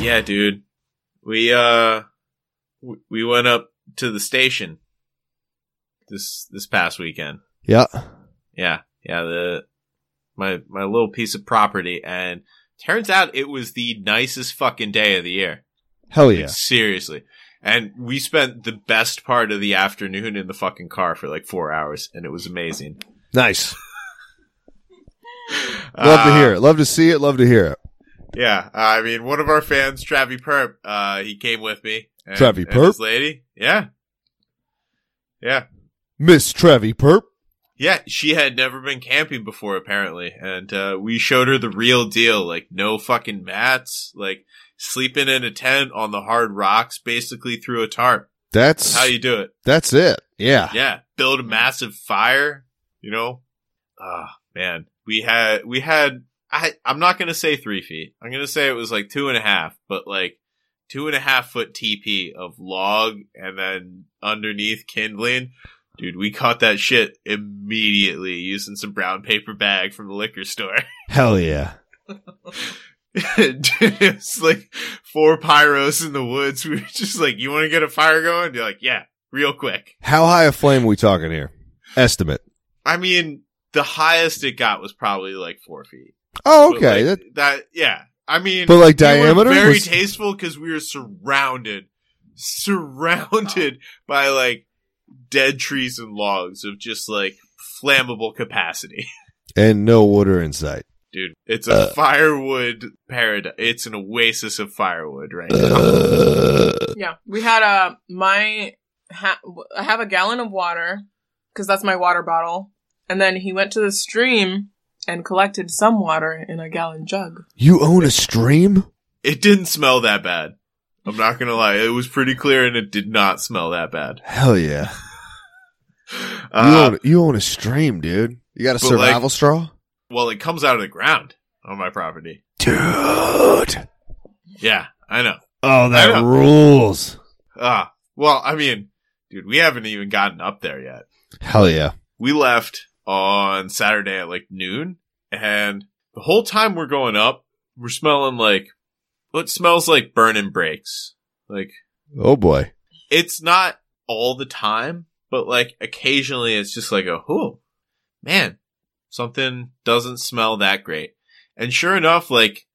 Yeah, dude. We uh w- we went up to the station this this past weekend. Yeah. Yeah. Yeah, the my my little piece of property and turns out it was the nicest fucking day of the year. Hell Like, yeah. seriously. And we spent the best part of the afternoon in the fucking car for like 4 hours and it was amazing. Nice. Love to Uh, hear it. Love to see it. Love to hear it. Yeah, I mean, one of our fans, Travi Perp, uh, he came with me. And, Travi and Perp? his lady, yeah, yeah, Miss Trevi Perp. yeah. She had never been camping before, apparently, and uh, we showed her the real deal, like no fucking mats, like sleeping in a tent on the hard rocks, basically through a tarp. That's That's how you do it. that's it. Yeah. Yeah, build a massive fire. You know, ah, man, we had we had. I I'm not gonna say three feet. I'm gonna say it was like two and a half, but like two and a half foot TP of log, and then underneath kindling. Dude, we caught that shit immediately using some brown paper bag from the liquor store. Hell yeah. Dude, it was like four pyros in the woods. We were just like, "You want to get a fire going?" You're like, "Yeah, real quick." How high a flame we talking here? Estimate. I mean, the highest it got was probably like four feet. Oh, But, okay. like, that, that, yeah. I mean, but like we were diameter. very was- tasteful because we were surrounded, surrounded by like dead trees and logs of just like flammable capacity. and no water in sight. Dude, it's a Uh. firewood paradise. It's an oasis of firewood right now. Uh, Yeah, we had a my ha- I have a gallon of water because that's my water bottle, and then he went to the stream and collected some water in a gallon jug. you own a stream? It didn't smell that bad. I'm not gonna lie. It was pretty clear and it did not smell that bad. Hell yeah. you, Uh, own, you own a stream, dude. You got a But, survival like- straw? well, it comes out of the ground on my property. Dude. Yeah, I know. Oh, I that know. rules. Ah, well, I mean, dude, we haven't even gotten up there yet. Hell yeah. We left on Saturday at like noon, and the whole time we're going up, we're smelling like what smells like burning brakes. Like Oh boy. it's not all the time, but like occasionally, it's just like a oh man, something doesn't smell that great. And sure enough, like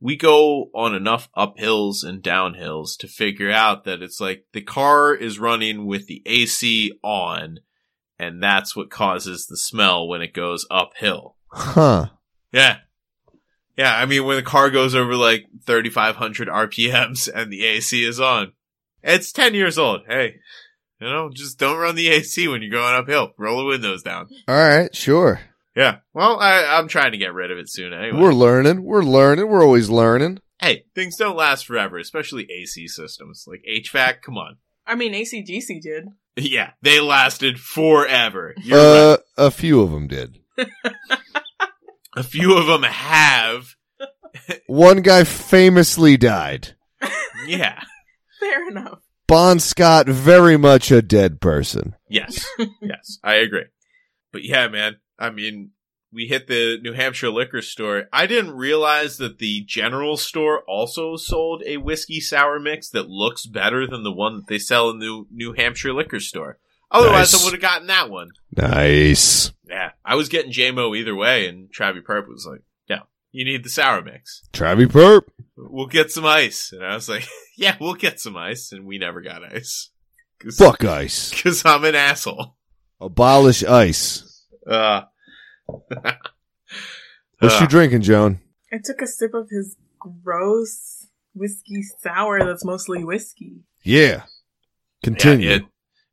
we go on enough uphills and downhills to figure out that it's like the car is running with the AC on, and that's what causes the smell when it goes uphill. Huh. Yeah. Yeah, I mean when the car goes over like 3500 RPMs and the AC is on. It's 10 years old. Hey. You know, just don't run the AC when you're going uphill. Roll the windows down. All right, sure. Yeah. Well, I, I'm trying to get rid of it soon anyway. We're learning. We're learning. We're always learning. hey, things don't last forever, especially AC systems like HVAC. Come on. I mean, ACDC did. Yeah, they lasted forever. You're right. Uh, a few of them did. A few of them have. One guy famously died. Yeah. Fair enough. Bon Scott, very much a dead person. Yes. yes. I agree. But yeah, man. I mean, we hit the New Hampshire liquor store. I didn't realize that the general store also sold a whiskey sour mix that looks better than the one that they sell in the New Hampshire liquor store. Otherwise, Nice. I would have gotten that one. Nice. Yeah. I was getting JMO either way, and Travi Perp was like, yeah, you need the sour mix. Travi Perp. We'll get some ice. And I was like, yeah, we'll get some ice. And we never got ice. Fuck ice. Because I'm an asshole. Abolish ice. Uh, What you Uh, drinking, Joan? I took a sip of his gross whiskey sour that's mostly whiskey. Yeah. Continue. yeah, it-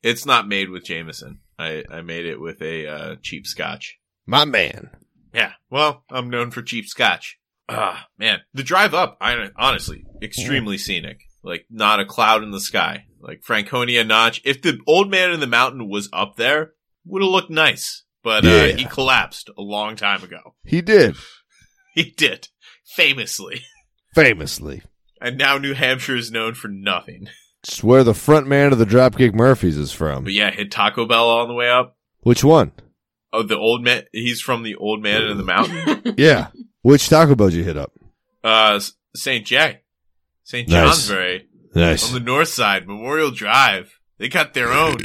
it's not made with Jameson. I, I made it with a uh, cheap scotch. My man. Yeah. Well, I'm known for cheap scotch. Ah, man. The drive up, I honestly, extremely scenic. Like, not a cloud in the sky. Like, Franconia Notch. If the old man in the mountain was up there, would have looked nice. But uh, Yeah. he collapsed a long time ago. He did. He did. Famously. Famously. And now New Hampshire is known for nothing. It's where the front man of the Dropkick Murphys is from. But yeah, hit Taco Bell on the way up. Which one? Oh, the old man. He's from the old man in the mountain. Yeah. Which Taco Bell did you hit up? Uh, St. J. St. Nice. Johnsbury on Nice. the north side, Memorial Drive. They got their own.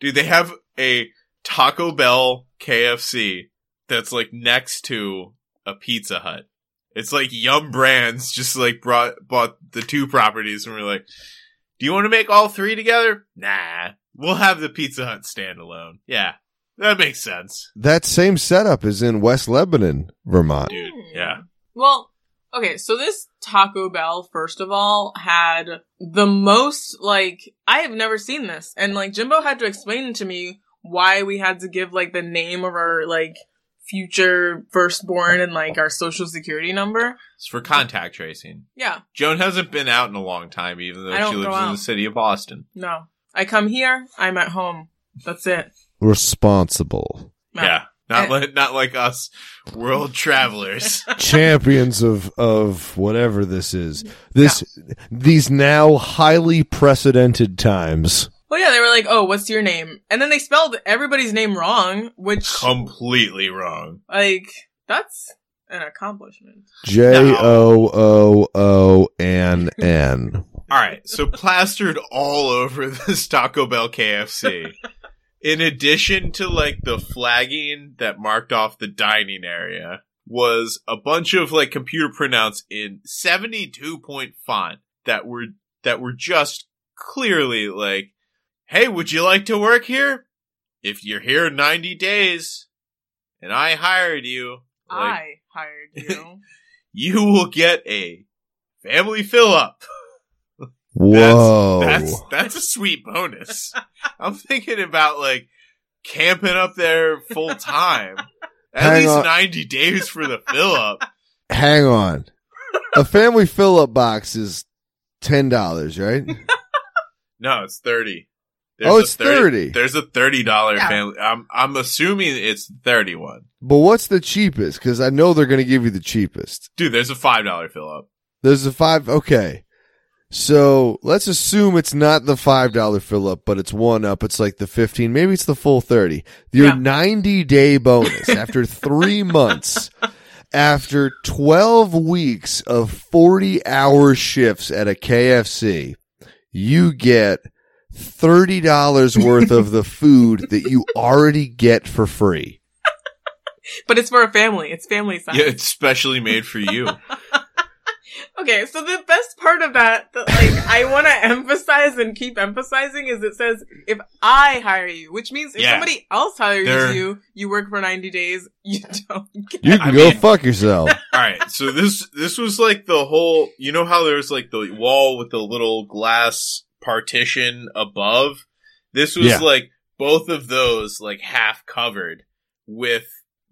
Dude, they have a Taco Bell KFC that's like next to a Pizza Hut. It's like Yum Brands just like brought bought the two properties and we're like, do you want to make all three together? Nah, we'll have the Pizza Hut standalone. Yeah, that makes sense, That same setup is in West Lebanon, Vermont. dude. Yeah, Well, okay, so this Taco Bell, first of all, had the most, like, I have never seen this. And, like, Jimbo had to explain to me why we had to give, like, the name of our, like, future firstborn and, like, our social security number. it's for contact tracing. Yeah, Joan hasn't been out in a long time, even though I don't she go lives in the out. city of Boston. no. I come here, I'm at home. That's it. Responsible. No. Yeah. Not Eh. like not like us world travelers. Champions of of whatever this is. This these now highly precedented times. Well, yeah, they were like, oh, what's your name? And then they spelled everybody's name wrong, which, Completely wrong. like, that's an accomplishment. J O O O N N. All right. So plastered all over this Taco Bell KFC. In addition to like the flagging that marked off the dining area was a bunch of like computer printouts in 72 point font that were that were just clearly like, "Hey, would you like to work here? If you're here 90 days and I hired you, like, I hired you. you will get a family fill up. Whoa. That's that's a sweet bonus. I'm thinking about like camping up there full time. At Hang least on. 90 days for the fill up. Hang on. A family fill up box is ten dollars, right? No, it's 30. Oh, a it's 30. There's a $30 Yeah. family. I'm I'm assuming it's 31. But what's the cheapest? Because I know they're gonna give you the cheapest. Dude, there's a $5 fill up. There's a five okay. So let's assume it's not the five dollar fill up, but it's one up. It's like the fifteen, maybe it's the full thirty. Your Yeah. ninety day bonus after three months, after twelve weeks of forty hour shifts at a KFC, you get thirty dollars worth of the food that you already get for free. But it's for a family. It's family size. Yeah, it's specially made for you. Okay, so the best part of that that like I want to emphasize and keep emphasizing is it says if I hire you, which means if Yeah. somebody else hires They're- you, you work for 90 days, you don't get You can I go mean- fuck yourself. All right, so this this was like the whole. You know how there's like the wall with the little glass partition above. This was Yeah. like both of those like half covered with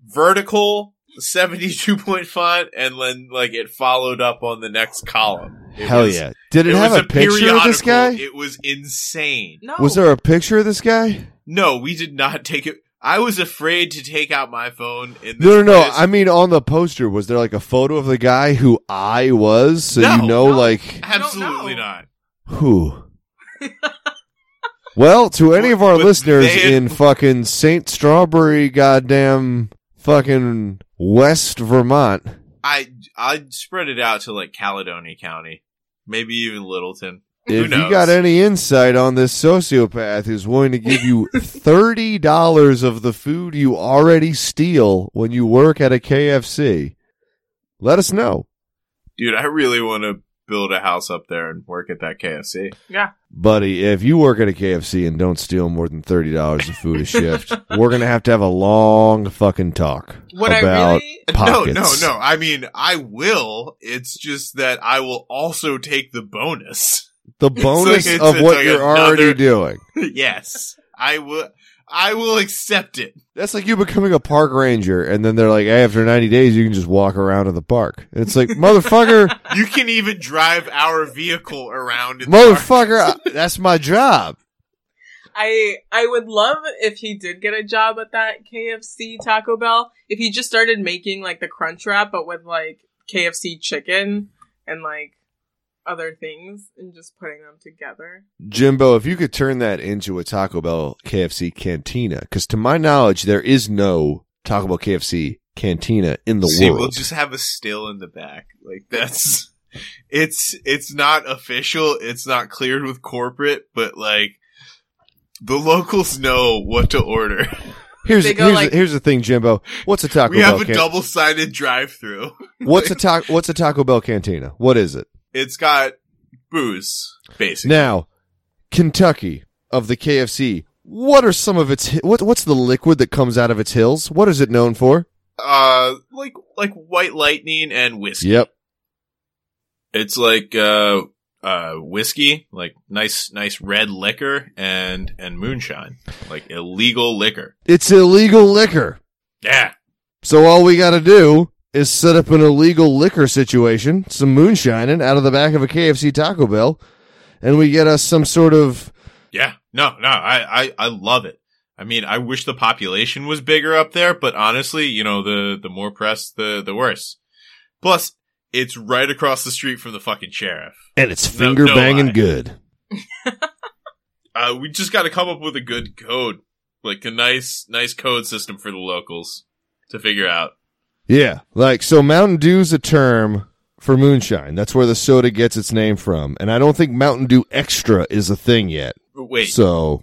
vertical seventy two point font, and then like it followed up on the next column. It Hell was- yeah! Did it, have was a picture of this periodical. guy? It was insane. No. Was there a picture of this guy? No, we did not take it. I was afraid to take out my phone. In this No, no, no. place. I mean, on the poster, was there like a photo of the guy who I was? So No. you know, No. like, don't absolutely know. not. who? well, to any of our But listeners they- in fucking St. Strawberry, goddamn fucking West Vermont, I I'd spread it out to like Caledonia County, maybe even Littleton. Who if knows? you got any insight on this sociopath who's willing to give you $30 of the food you already steal when you work at a KFC, let us know. Dude, I really want to build a house up there and work at that KFC. Buddy, if you work at a KFC and don't steal more than thirty dollars of food a shift, we're gonna have to have a long fucking talk what I about really No, no, pockets. no. I mean, I will. It's just that I will also take the bonus. the bonus it's- of it's what like you're another- already doing. yes. I will I will accept it. That's like you becoming a park ranger, and then they're like, "Hey, after ninety days, you can just walk around in the park." And it's like, motherfucker, You can even drive our vehicle around in the park. motherfucker, I- that's my job. I I would love if he did get a job at that KFC Taco Bell if he just started making like the crunch wrap but with like KFC chicken and like other things and just putting them together. Jimbo, if you could turn that into a Taco Bell KFC cantina, because to my knowledge, there is no Taco Bell KFC cantina in the See, world. we'll just have a still in the back. Like that's it's it's not official, it's not cleared with corporate, but like the locals know what to order. Here's They go here's, like- here's the thing, Jimbo. What's a Taco we Bell? have a can- double-sided drive-through. what's a ta- What's a Taco Bell cantina? What is it It's got booze, basically. now? Kentucky of the KFC. What are some of its hi- what What's the liquid that comes out of its hills? What is it known for? uh like like white lightning and whiskey. Yep, It's like uh uh whiskey, like nice nice red liquor and and moonshine, like illegal liquor. it's illegal liquor. Yeah. So all we got to do is set up an illegal liquor situation, some moonshining out of the back of a KFC Taco Bell, and we get us some sort of Yeah. No, no. I I I love it. I mean, I wish the population was bigger up there, but honestly, you know, the the more press the the worse. Plus, it's right across the street from the fucking sheriff. and it's No- no finger banging lie. good. Uh we just got to come up with a good code, like a nice nice code system for the locals to figure out. Yeah, like so Mountain Dew's a term for moonshine. That's where the soda gets its name from, and I don't think Mountain Dew Extra is a thing yet. Wait, So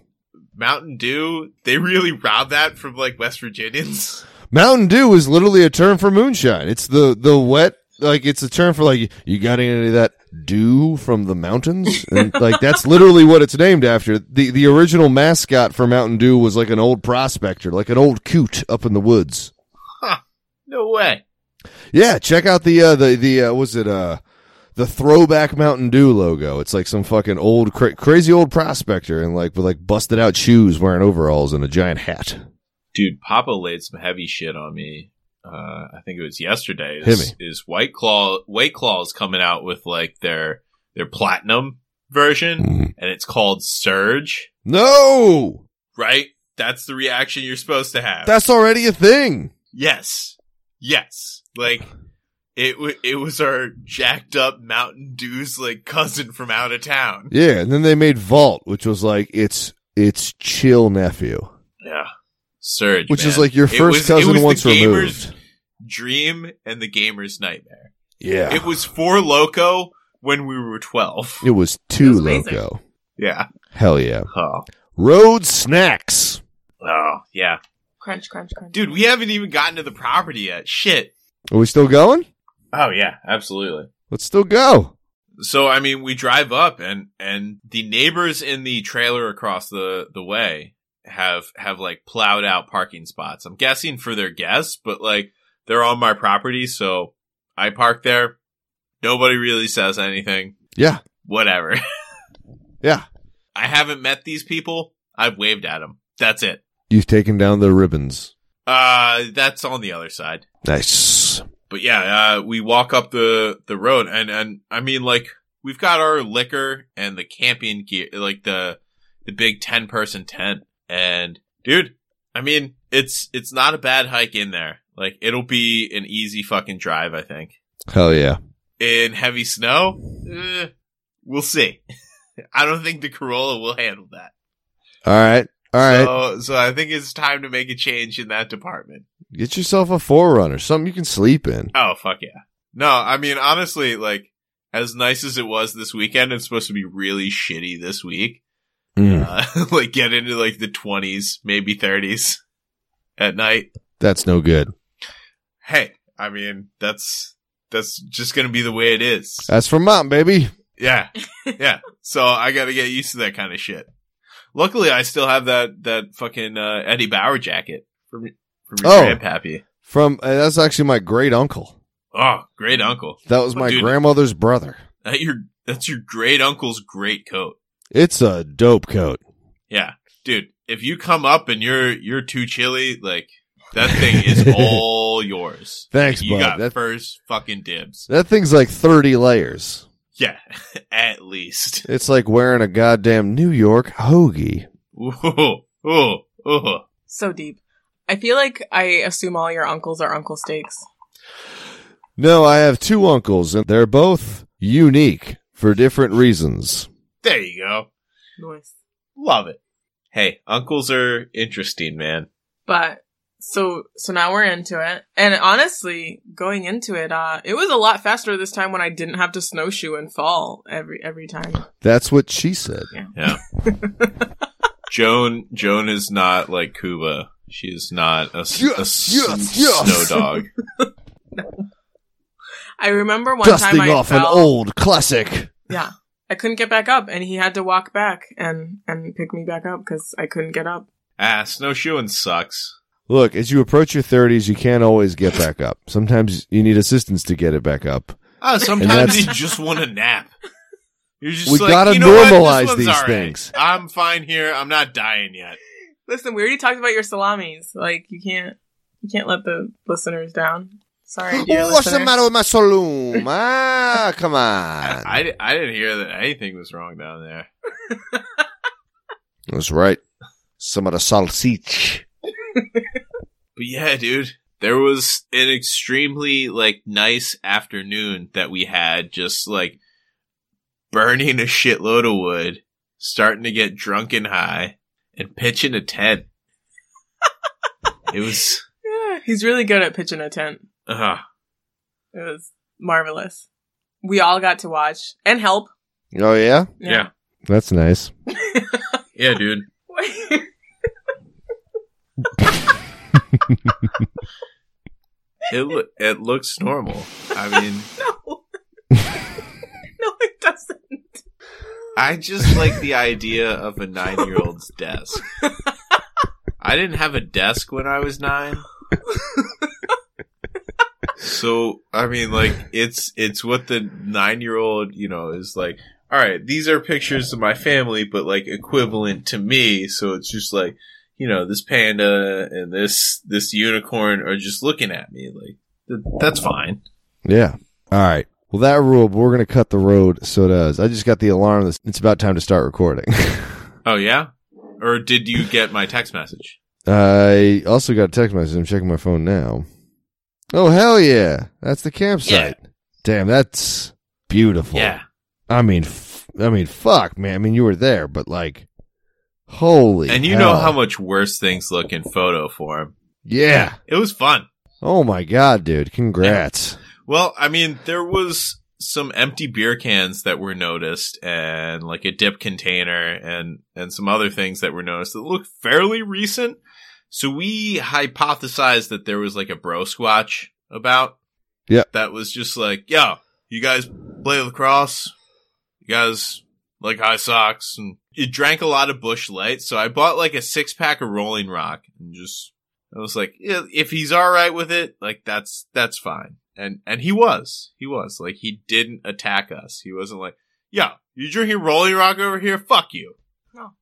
Mountain Dew, they really robbed that from like West Virginians? Mountain Dew is literally a term for moonshine. It's the the wet like it's a term for like you got any of that dew from the mountains and like that's literally what it's named after. The the original mascot for Mountain Dew was like an old prospector, like an old coot up in the woods. No way. Yeah, check out the uh the the uh, was it uh the throwback Mountain Dew logo. It's like some fucking old cra- crazy old prospector and like with like busted out shoes, wearing overalls and a giant hat. Dude, Papa laid some heavy shit on me. Uh, I think it was yesterday. Hit Is, is White Claw White Claw's coming out with like their their platinum version Mm. and it's called Surge, No, right? That's the reaction you're supposed to have. that's already a thing. yes. Yes. Like it w- it was our jacked up Mountain Dew's like cousin from out of town. Yeah, and then they made Vault, which was like it's it's chill nephew, Yeah. Surge. which is man. like your It was- first it was cousin the once gamer's removed. Dream and the Gamer's Nightmare. Yeah, It was for Loco when we were 12. it was too was amazing. loco. Yeah. Hell yeah, Oh. road snacks. Oh, yeah. Crunch, crunch, crunch. Dude, we haven't even gotten to the property yet. Shit. Are we still going? Oh, yeah. Absolutely. Let's still go. So, I mean, we drive up and, and the neighbors in the trailer across the, the way have, have like plowed out parking spots. I'm guessing for their guests, but like they're on my property. So I park there. Nobody really says anything. Yeah, Whatever. yeah. I haven't met these people. I've waved at them. That's it. You've taken down the ribbons. Uh, that's on the other side. Nice. But yeah, uh, we walk up the, the road and, and I mean, like, we've got our liquor and the camping gear, like the, the big 10 person tent. And dude, I mean, it's, it's not a bad hike in there. Like, it'll be an easy fucking drive, I think. Hell yeah. In heavy snow, eh, we'll see. I don't think the Corolla will handle that. All right, all right. So, so I think it's time to make a change in that department. Get yourself a forerunner, something you can sleep in. Oh, fuck yeah. No, I mean, honestly, like, as nice as it was this weekend, it's supposed to be really shitty this week. Mm, Uh, like, get into, like, the 20s, maybe 30s at night. that's no good. Hey, I mean, that's, that's just gonna be the way it is. That's from mom, baby. Yeah. Yeah. so I gotta get used to that kind of shit. Luckily, I still have that, that fucking, uh, Eddie Bauer jacket from, from your Oh. grandpappy. From uh, that's actually my great uncle. Oh, great uncle. That was Oh, my dude. grandmother's brother. That your that's your great uncle's great coat. It's a dope coat. Yeah, dude. If you come up and you're you're too chilly, like that thing is all yours. Thanks, you bud. got That- first fucking dibs. That thing's like 30 layers. Yeah, at least. It's like wearing a goddamn New York hoagie. Ooh, ooh, ooh. So deep. I feel like I assume all your uncles are uncle steaks. No, I have two uncles, and they're both unique for different reasons. There you go. Nice. Love it. Hey, uncles are interesting, man. But so so now we're into it. And honestly, going into it, uh, it was a lot faster this time when I didn't have to snowshoe and fall every every time. That's what she said. Yeah. Joan Joan is not like Cuba. She is not a, s- a Yes, yes, s- yes. snow dog. I remember one Dusting time I off an fell- old classic. Yeah. I couldn't get back up and he had to walk back and and pick me back up cuz I couldn't get up. Ah, snowshoeing sucks. Look, as you approach your 30s, you can't always get back up. Sometimes you need assistance to get it back up. Ah, sometimes that's- you just want a nap. You're just We like, gotta you know what? This normalize one's these all right. things." I'm fine here. I'm not dying yet. Listen, we already talked about your salamis. Like you can't you can't let the listeners down. Sorry. dear listener. with my saloon? Ah, come on. I, I, I didn't hear that anything was wrong down there. That's right. Some of the salsich. But yeah, dude, there was an extremely like nice afternoon that we had just like burning a shitload of wood, starting to get drunk and high, and pitching a tent. it was Yeah, he's really good at pitching a tent. uh, It was marvelous. We all got to watch and help. Oh, yeah? yeah. That's nice. Yeah, dude. It lo- it looks normal. I mean, no. no, it doesn't. I just like the idea of a nine year old's desk. I didn't have a desk when I was nine. So I mean like it's it's what the nine year old, you know, is like, all right, these are pictures of my family, but like equivalent to me, so it's just like, you know, this panda and this this unicorn are just looking at me like th- that's fine. Yeah. All right. Well, that rule, but we're going to cut the road. So does. I just got the alarm. that's- It's about time to start recording. Oh yeah? Or did you get my text message? I also got a text message. I'm checking my phone now. Oh, hell yeah. That's the campsite. Damn, that's beautiful. Yeah. I mean, f- I mean, fuck, man. I mean, you were there, but like, holy. And you know hell. how much worse things look in photo form. Yeah. It was fun. Oh my god, dude. Congrats. Well, I mean, there was some empty beer cans that were noticed and like a dip container and and some other things that were noticed that looked fairly recent. So we hypothesized that there was like a bro squatch about. Yeah. That was just like, yo, you guys play lacrosse? You guys like high socks and you drank a lot of bush light, so I bought like a six pack of rolling rock and just I was like, "Yeah, if he's all right with it, like that's that's fine. And and he was, he was like he didn't attack us. He wasn't like, yeah, you drinking Rolling Rock over here? Fuck you. Hell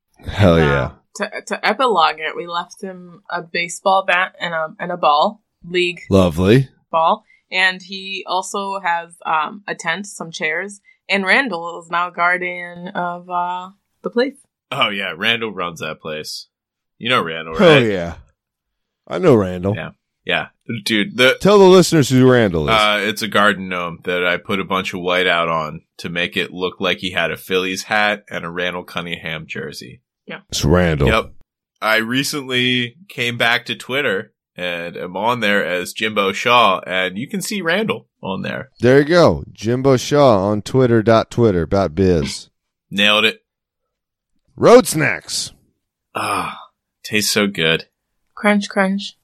No. yeah. To, to epilogue it, we left him a baseball bat and a and a ball, league Lovely. ball, and he also has um, a tent, some chairs, and Randall is now guardian of uh, the place. Oh yeah, Randall runs that place. You know Randall, right? Hell yeah. I know Randall. Yeah. Yeah, dude. The Tell the listeners who Randall is. uh, it's a garden gnome that I put a bunch of white out on to make it look like he had a Phillies hat and a Randall Cunningham jersey. it's Randall. Yep. I recently came back to Twitter and am on there as Jimbo Shaw, and you can see Randall on there. There you go. Jimbo Shaw on Twitter. dot Twitter. dot Biz. Nailed it. Road snacks. Ah, tastes so good. Crunch, crunch.